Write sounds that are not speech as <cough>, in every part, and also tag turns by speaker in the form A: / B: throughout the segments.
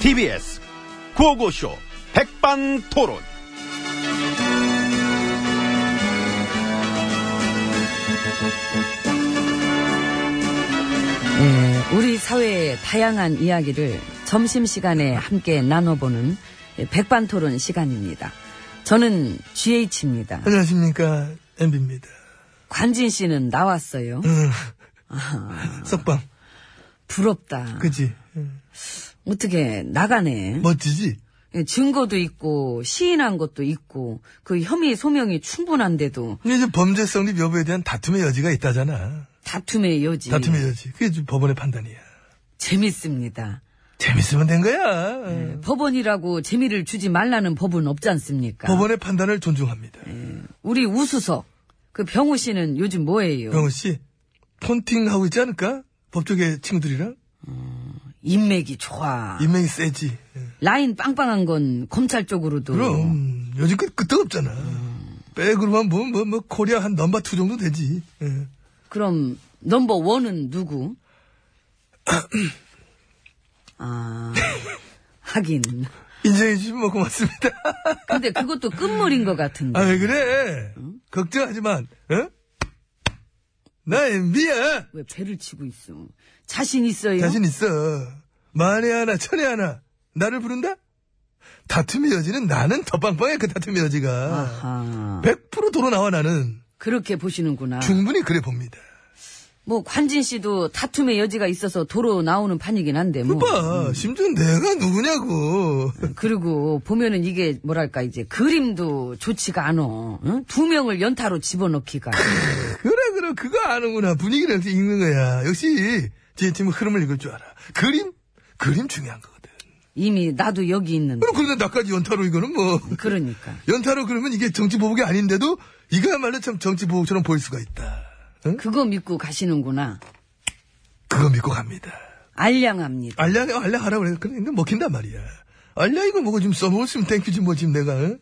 A: TBS 구호고쇼 백반토론.
B: 예, 우리 사회의 다양한 이야기를 점심시간에 함께 나눠보는 백반토론 시간입니다. 저는 GH입니다.
C: 안녕하십니까 엠비입니다.
B: 관진 씨는 나왔어요.
C: 음. 석방
B: 부럽다.
C: 그지 뭐- 응.
B: 어떻게 나가네.
C: 멋지지
B: 예, 증거도 있고 시인한 것도 있고 그 혐의 소명이 충분한데도
C: 근데 이제 범죄 성립 여부에 대한 다툼의 여지가 있다잖아
B: 다툼의 여지.
C: 다툼의 여지 그게 지금 법원의 판단이야
B: 재밌습니다.
C: 재밌으면 된 거야
B: 그러니까. 법원이라고 재미를 주지 말라는 법은 없지 않습니까?
C: 법원의 판단을 존중합니다
B: 우리 우수석 그 병우 씨는 요즘 뭐예요?
C: 명호 씨 폰팅 하고 있지 않을까 법조계 친구들이랑
B: 인맥이 좋아.
C: 인맥이 세지 응.
B: 라인 빵빵한 건 검찰 쪽으로도
C: 그럼 요즘 끝 끝도 없잖아 백으로만 보면 뭐, 뭐 코리아 한 넘버 투 정도 되지 예. 응.
B: 그럼 넘버 원은
C: <coughs>
B: 누구? 아 하긴
C: 인정해주시면 뭐 고맙습니다
B: 근데 그것도 끝물인 것 같은데
C: 아 왜 그래 걱정하지만 어? 나 엠비야
B: 왜 배를 치고 있어? 자신 있어요?
C: 자신 있어. 만에 하나, 천에 하나, 나를 부른다? 다툼의 여지는 나는 더 빵빵해, 그 다툼의 여지가.
B: 아하
C: 100% 도로 나와, 나는.
B: 그렇게 보시는구나.
C: 충분히 그래 봅니다.
B: 뭐 관진 씨도 다툼의 여지가 있어서 도로 나오는 판이긴 한데 뭐.
C: 봐, 심지어 내가 누구냐고.
B: 그리고 보면은 이게 뭐랄까 이제 그림도 좋지가 않어. 응? 두 명을 연타로 집어넣기가.
C: 그래, 그래, 그거 아는구나. 분위기를 이렇게 읽는 거야. 역시, 제 팀은 흐름을 읽을 줄 알아. 그림? 그림 중요한 거거든.
B: 이미 나도 여기 있는데.
C: 그럼 그런데 나까지 연타로 이거는 뭐.
B: 그러니까.
C: 연타로 그러면 이게 정치 보복이 아닌데도, 이거야말로 참 정치 보복처럼 보일 수가 있다. 응?
B: 그거 믿고 가시는구나.
C: 그거 믿고 갑니다.
B: 알량합니다.
C: 알량, 알량하라 그래. 근데 이거 먹힌단 말이야. 알량 이거 뭐고 지금 써먹을 수 있으면 땡큐지 뭐 지금 내가, 응?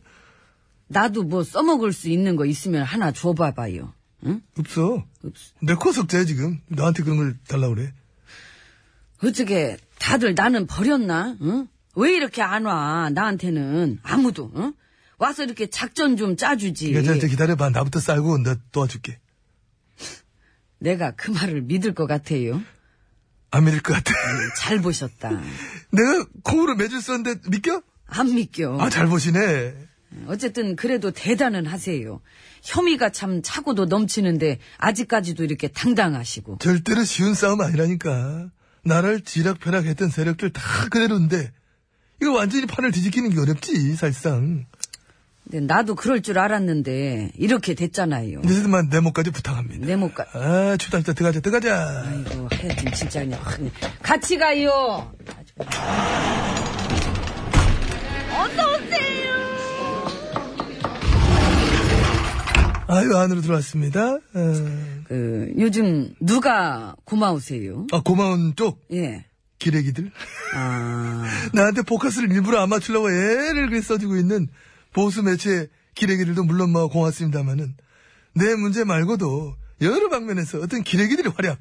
B: 나도 뭐 써먹을 수 있는 거 있으면 하나 줘봐봐요. 응?
C: 없어.
B: 없어.
C: 내코 석자야, 지금. 나한테 그런 걸 달라고 그래.
B: 어떻게 다들 나는 버렸나? 응? 왜 이렇게 안 와? 나한테는 아무도. 응? 와서 이렇게 작전 좀 짜주지.
C: 여자 예. 기다려봐. 나부터 싸고 너 도와줄게.
B: 내가 그 말을 믿을 것 같아요.
C: 안 믿을 것 같아.
B: 잘 보셨다.
C: <laughs> 내가 콩으로 매주 썼는데 믿겨?
B: 안 믿겨.
C: 아, 잘 보시네.
B: 어쨌든 그래도 대단은 하세요. 혐의가 참 차고도 넘치는데 아직까지도 이렇게 당당하시고.
C: 절대로 쉬운 싸움 아니라니까. 나를 지락펴락했던 세력들 다 그대로인데 이거 완전히 판을 뒤집기는 게 어렵지 사실상.
B: 근데 나도 그럴 줄 알았는데 이렇게 됐잖아요.
C: 이제만 내 몫까지 부탁합니다.
B: 내 몫까.
C: 아 춥다 춥다 들어가자 들어가자.
B: 아이고 하여튼 진짜 그냥 확 그냥. 같이 가요. 아주 그냥.
C: 아유 안으로 들어왔습니다. 어,
B: 그 요즘 누가 고마우세요?
C: 아 고마운 쪽
B: 예.
C: 기레기들 <laughs>
B: 아
C: 나한테 포커스를 일부러 안 맞추려고 애를 그래 써주고 있는 보수 매체 기레기들도 물론 뭐 고맙습니다만은 내 문제 말고도 여러 방면에서 어떤 기레기들의 활약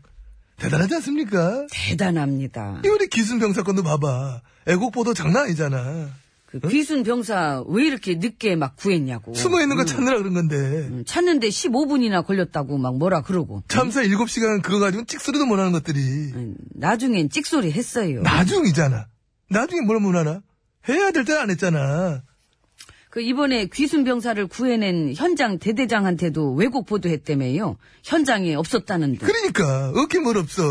C: 대단하지 않습니까?
B: 대단합니다.
C: 이 우리 기순병 사건도 봐봐. 애국보도 장난 아니잖아.
B: 그 귀순 병사 왜 이렇게 늦게 막 구했냐고.
C: 숨어 있는 거 찾느라 그런 건데.
B: 음, 찾는데 15분이나 걸렸다고 막 뭐라 그러고.
C: 참사 7시간 그거 가지고 찍소리도 못 하는 것들이.
B: 음, 나중엔 찍소리 했어요.
C: 나중이잖아. 나중에 뭘 못 하나? 해야 될 때 안 했잖아.
B: 그 이번에 귀순 병사를 구해낸 현장 대대장한테도 왜곡 보도했다며요. 현장에 없었다는데.
C: 그러니까, 어깨 뭘 없어.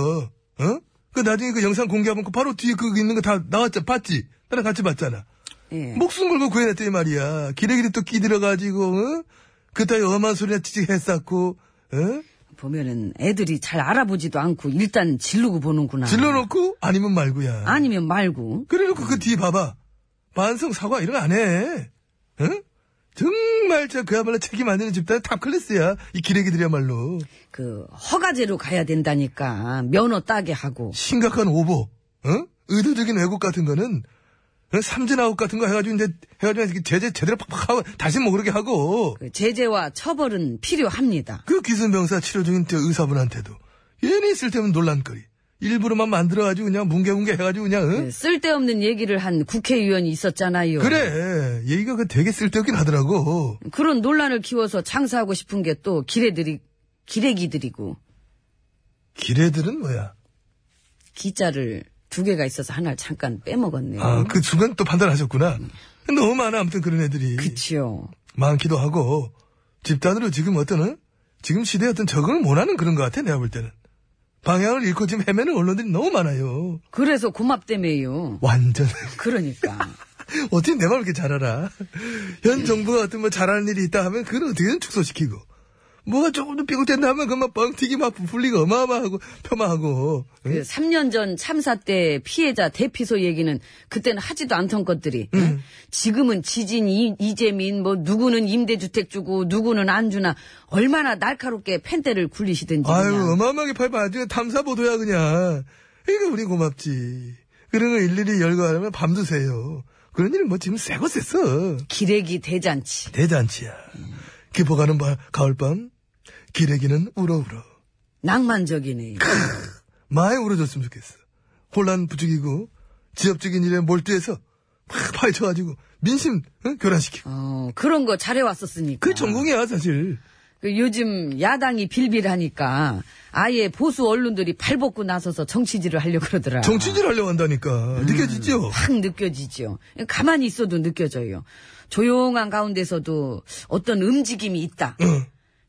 C: 어? 그 나중에 그 영상 공개하면 그 바로 뒤에 그거 있는 거 다 나왔잖아. 봤지? 나랑 같이 봤잖아.
B: 예.
C: 목숨 걸고 구해냈더니 말이야. 기레기리 또 끼들어가지고, 어? 그따위 엄한 소리나 찌직했었고, 어?
B: 보면은 애들이 잘 알아보지도 않고 일단 질르고 보는구나.
C: 질러놓고, 아니면 말고야.
B: 아니면 말고.
C: 그래놓고 그 뒤 봐봐. 반성, 사과, 이런 거 안 해. 응? 정말 저 그야말로 책임 안 되는 집단의 탑클래스야. 이 기레기들이야말로.
B: 그 허가제로 가야 된다니까 면허 따게 하고.
C: 심각한 오보, 응? 의도적인 왜곡 같은 거는, 응? 삼진아웃 같은 거 해가지고 이제, 해가지고 이렇게 제재 제대로 팍팍 하고, 다시 뭐 그렇게 하고.
B: 그 제재와 처벌은 필요합니다.
C: 그 기순병사 치료 중인 저 의사분한테도. 얘네 있을 때면 논란거리. 일부러만 만들어가지고 그냥 뭉개뭉개 해가지고 그냥 응?
B: 쓸데없는 얘기를 한 국회의원이 있었잖아요.
C: 그래 얘기가 그 되게 쓸데없긴 하더라고
B: 그런 논란을 키워서 장사하고 싶은 게 또 기레들이 기레기들이고
C: 기레들은 뭐야
B: 기자를 두 개가 있어서 하나를 잠깐 빼먹었네요.
C: 아 그 중간 또 판단하셨구나 너무 많아 아무튼 그런 애들이
B: 그치요.
C: 많기도 하고 집단으로 지금 어떤 응? 지금 시대에 어떤 적응을 못하는 그런 것 같아 내가 볼 때는 방향을 잃고 지금 헤매는 언론들이 너무 많아요
B: 그래서 고맙대매요.
C: 완전 <laughs>
B: 그러니까.
C: 어떻게 내 마음을 이렇게 잘 알아? 현 정부가 어떤 뭐 잘하는 일이 있다 하면 그걸 어떻게든 축소시키고 뭐가 조금 더 삐걱된다 하면 그만 뻥튀기 막 부풀리고 어마어마하고 폄하하고 응?
B: 그 3년 전 참사 때 피해자 대피소 얘기는 그때는 하지도 않던 것들이 응? 지금은 지진 이, 이재민 뭐 누구는 임대주택 주고 누구는 안 주나 얼마나 날카롭게 펜대를 굴리시든지
C: 아유 음.
B: 그냥.
C: 어마어마하게 팔면 아주 탐사 보도야 그냥 그러니까 우리 고맙지 그런 거 일일이 열거하면 밤드세요 그런 일은 뭐 지금 새고 샜어
B: 기레기 대잔치.
C: 대잔치야 깊어가는 바, 가을밤 기레기는 울어울어
B: 낭만적이네요.
C: 많이 울어줬으면 좋겠어. 혼란 부추기고 지엽적인 일에 몰두해서 팍 파헤쳐가지고 민심 응? 교란시키고
B: 어, 그런 거 잘해왔었으니까.
C: 그 전공이야 사실.
B: 그 요즘 야당이 빌빌하니까 아예 보수 언론들이 발벗고 나서서 정치질을 하려고 그러더라.
C: 정치질 하려고 한다니까 느껴지죠?
B: 확 느껴지죠. 가만히 있어도 느껴져요. 조용한 가운데서도 어떤 움직임이 있다.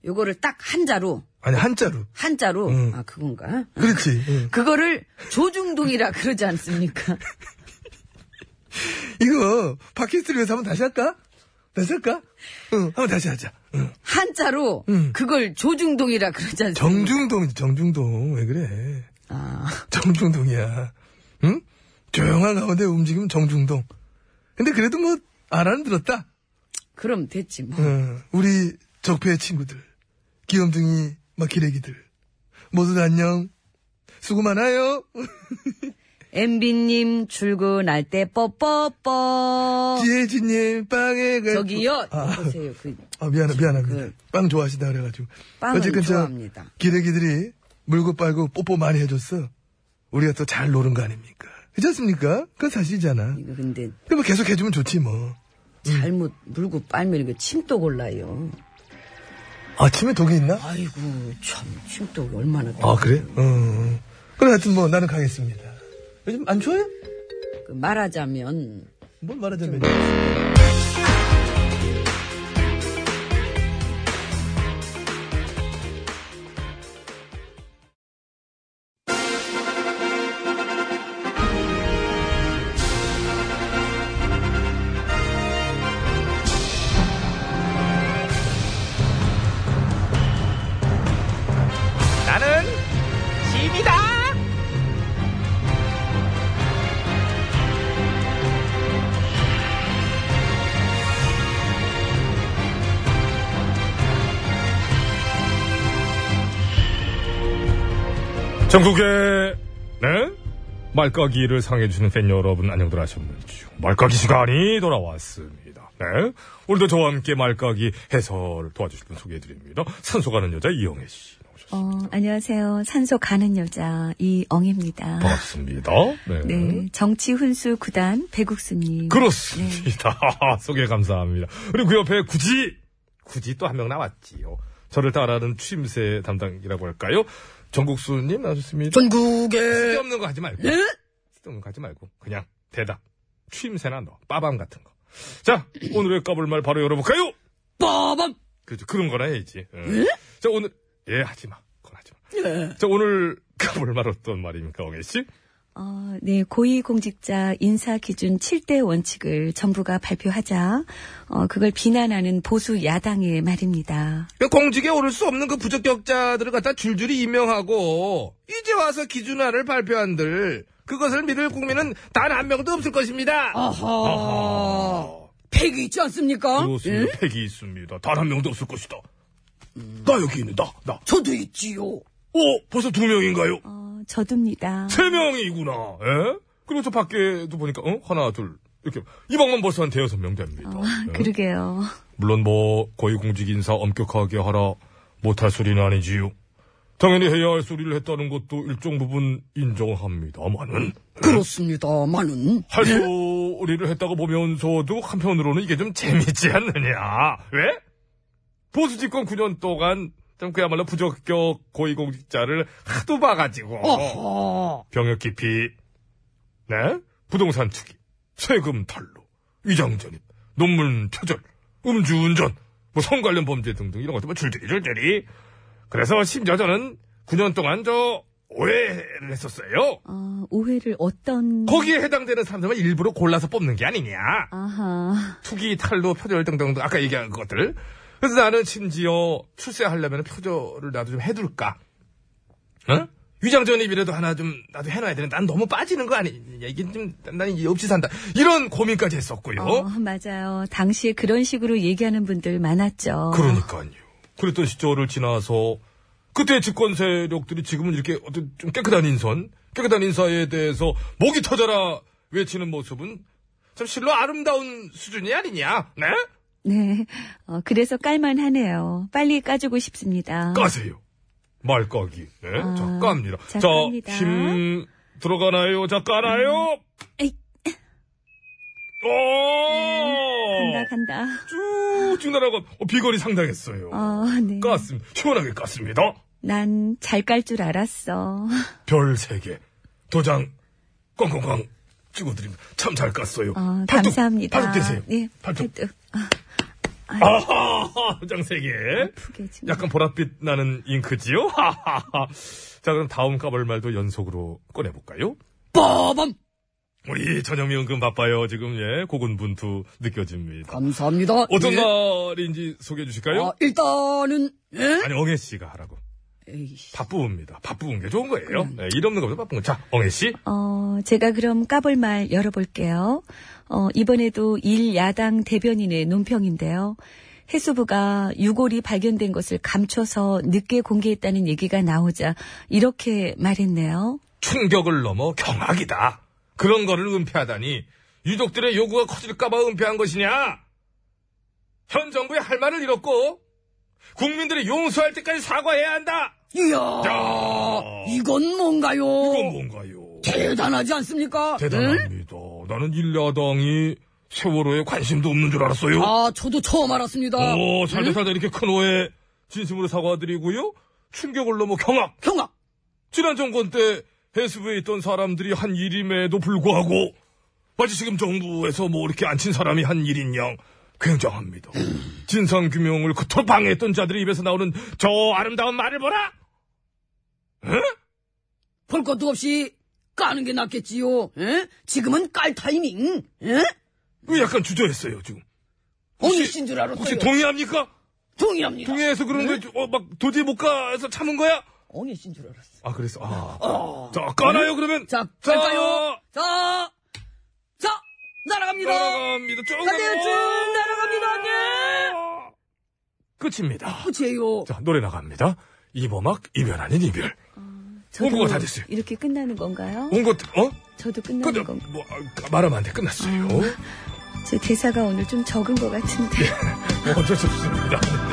B: 요거를 딱 한자로,
C: 아니 한자로.
B: 한자로,
C: 응.
B: 아, 그건가?
C: 그렇지. 응.
B: 그거를 조중동이라 그러지
C: <laughs>
B: 않습니까?
C: 이거 팟캐스트를 위해서 한번 다시 할까? 다시 할까? 응, 한번 다시 하자. 응.
B: 한자로
C: 응.
B: 그걸 조중동이라 그러지 않습니까?
C: 음. 정중동이지 정중동 왜 그래?
B: 아,
C: 정중동이야. 응? 조용한 가운데 움직이면 정중동. 근데 그래도 뭐 알아는 들었다.
B: 그럼 됐지 뭐.
C: 어, 우리 적폐 친구들, 귀염둥이 막 기레기들, 모두 안녕, 수고 많아요.
B: 어. 엠비님 출근할 때 뽀뽀뽀.
C: 지혜진님 빵에 가-
B: 저기요.
C: 예. 아,
B: 보세요. 그
C: 아, 미안해 미안합니다.
B: 그-
C: 빵 좋아하시다 그래가지고.
B: 빵은
C: 어쨌건 저
B: 좋아합니다.
C: 기레기들이 물고 빨고 뽀뽀 많이 해줬어. 우리가 또 잘 노는 거 아닙니까? 그렇지 않습니까? 그건 사실이잖아.
B: 이거 근데
C: 그럼 계속 해주면 좋지 뭐.
B: 잘못 물고 빨면 이거 침도 골라요.
C: 아침에 독이 있나?
B: 아이고 참 침도 얼마나
C: 아 그래? 어, 어. 그래 하여튼 뭐 나는 가겠습니다. 요즘 안 추워요?
B: 그 말하자면
C: 뭘 말하자면.
A: 나는 짐이다.
D: 전국의 네? 말까기를 상해주시는 팬 여러분 안녕들 하셨는지요 말까기 시간이 돌아왔습니다 네? 오늘도 저와 함께 말까기 해설을 도와주실 분 소개해드립니다 산소 가는 여자 이영애씨 나오셨습니다
E: 어, 안녕하세요. 산소 가는 여자 이엉입니다.
D: 뭐, 반갑습니다 네.
E: 네, 정치 훈수 구단 배국수님.
D: 그렇습니다 <laughs> 소개 감사합니다 그리고 그 옆에 굳이 굳이 또 한 명 나왔지요 저를 따라하는 취임새 담당이라고 할까요 전국수님 나오셨습니다
B: 전국에
D: 쓸데없는 거 하지 말고
B: 예?
D: 쓰던 가지 말고 그냥 대답 취임새나 너 빠밤 같은 거. 자 오늘의 까불 말 바로 열어볼까요?
B: 빠밤
D: 그죠 그런 거나 해야지. 예? 자 오늘 예 하지 마. 그건 하지 마. 자 오늘 까불 말 어떤 말입니까 엉애 씨?
E: 어, 네, 고위공직자 인사 기준 7대 원칙을 정부가 발표하자, 어, 그걸 비난하는 보수 야당의 말입니다.
A: 공직에 오를 수 없는 그 부적격자들을 갖다 줄줄이 임명하고 이제 와서 기준안을 발표한들 그것을 믿을 국민은 단 한 명도 없을 것입니다.
B: 아. 아하 팩이 있지 않습니까?
D: 그렇습니다. 팩이 있습니다. 단 한 명도 없을 것이다. 나 여기 있네. 나 나.
B: 저도 있지요.
D: 어 벌써 두 명인가요?
E: 어, 저도입니다.
D: 세 명이구나. 예? 그리고 저 밖에도 보니까 어 하나 둘 이렇게 이 방만 벌써 한 대여섯 명 됩니다.
B: 아.
E: 어,
D: 예?
E: 그러게요.
D: 물론 뭐 고위공직 인사 엄격하게 하라 못할 소리는 아니지요. 당연히 해야 할 소리를 했다는 것도 일정 부분 인정합니다만은
F: 그렇습니다만은.
D: 할 소리를 했다고 보면서도 한편으로는 이게 좀 재밌지 않느냐. 왜? 보수 집권 9년 동안 좀 그야말로 부적격 고위공직자를 하도 봐가지고 병역 기피, 네? 부동산 투기, 세금 탈루, 위장 전입, 논문 표절, 음주운전, 뭐 성 관련 범죄 등등 이런 것들 뭐 줄줄이 줄줄이. 그래서 심지어 저는 9년 동안 저 오해를 했었어요.
B: 어, 오해를 어떤.
D: 거기에 해당되는 사람들만 일부러 골라서 뽑는 게 아니냐.
B: 아하.
D: 투기, 탈루, 표절 등등 아까 얘기한 것들. 그래서 나는 심지어 출세하려면 표절을 나도 좀 해둘까. 응? 위장전입이라도 하나 좀 나도 해놔야 되는데 난 너무 빠지는 거 아니냐. 이게 좀, 난 이게 없이 산다. 이런 고민까지 했었고요.
B: 어, 맞아요. 당시에 그런 식으로 얘기하는 분들 많았죠.
D: 그러니까요. 그랬던 시절을 지나서 그때 집권 세력들이 지금은 이렇게 어떤 좀 깨끗한 인선, 깨끗한 인사에 대해서 목이 터져라 외치는 모습은 참 실로 아름다운 수준이 아니냐, 네?
B: 네. 어, 그래서 깔만하네요. 빨리 까주고 싶습니다.
D: 까세요. 말까기, 네?
B: 아,
D: 자, 깝니다.
B: 자,
D: 자,
B: 깝니다.
D: 힘 들어가나요? 자, 까나요?
B: 에잇.
D: 오!
B: 음. 간다, 간다.
D: 어! 쭉쭉 날아가, 어, 비거리 상당했어요.
B: 어, 네.
D: 깠습니다. 시원하게 깠습니다.
B: 난 잘 깔 줄 알았어.
D: 별 세개 도장 꽝꽝꽝 찍어드립니다. 참 잘 깠어요.
B: 어,
D: 팔뚝,
B: 감사합니다.
D: 팔뚝 대세요.
B: 네,
D: 팔뚝.
B: 팔뚝. 아,
D: 아하! 도장 세개
B: 아프게 지금.
D: 약간 보랏빛 나는 잉크지요? 하하하. 자, 그럼 다음 까발말도 연속으로 꺼내볼까요?
F: 아, 빠밤!
D: 우리 전영미 은근 바빠요. 지금, 예, 고군분투 느껴집니다.
F: 감사합니다.
D: 어떤
F: 예.
D: 날인지 소개해 주실까요?
F: 아, 일단은, 예?
D: 아니, 엉애 씨가 하라고.
F: 에이,
D: 바쁩니다. 바쁜 게 좋은 거예요. 예, 일 없는 것보다 바쁜 거. 자, 엉애 씨.
B: 어, 제가 그럼 까볼 말 열어볼게요. 어, 이번에도 일 야당 대변인의 논평인데요. 해수부가 유골이 발견된 것을 감춰서 늦게 공개했다는 얘기가 나오자 이렇게 말했네요.
D: 충격을 넘어 경악이다. 그런 거를 은폐하다니 유족들의 요구가 커질까봐 은폐한 것이냐? 현 정부의 할 말을 잃었고 국민들이 용서할 때까지 사과해야 한다.
F: 이야,
D: 야.
F: 이건 뭔가요?
C: 어.
D: 이건 뭔가요?
F: 대단하지 않습니까? 응?
D: 대단합니다. 나는 일야당이 세월호에 관심도 없는 줄 알았어요.
F: 아, 저도 처음 알았습니다.
D: 오, 살다 살다 이렇게 큰 오해 진심으로 사과드리고요. 충격을 넘어 경악.
F: 경악!
D: 지난 정권 때 해수부에 있던 사람들이 한 일임에도 불구하고 마치 지금 정부에서 뭐 이렇게 앉힌 사람이 한 일인 양 굉장합니다. 진상 규명을 그토록 방해했던 자들의 입에서 나오는 저 아름다운 말을 보라.
F: 볼 것도 없이 까는 게 낫겠지요. 예? 지금은 깔 타이밍. 예?
D: 이거 약간 주저했어요 지금.
F: 어느 씨인 줄 알았어요. 네?
D: 혹시 동의합니까?
F: 동의합니다.
D: 동의해서 그런 거막 도저히 못 가서 참은 거야?
F: 어느 씨인 줄 알았어.
D: 아 그래서 아. 자 까나요 그러면?
F: 어. 자, 깔까요? 자, 자, 날아갑니다.
D: 날아갑니다. 쭉
F: 가세요, 쭉 날아갑니다. 네.
D: 끝입니다.
F: 끝이에요.
D: 자, 노래 나갑니다. 이범학, 이별 아닌 이별. 홍보가 다 됐어요.
B: 이렇게 끝나는 건가요?
D: 온 것, 어?
B: 저도
D: 근데,
B: 끝나는 건가요?
D: 뭐, 아, 말하면 안 돼. 끝났어요. 네.
B: 제 대사가 오늘 좀 적은 것 같은데.
D: 어쩔 수 없습니다.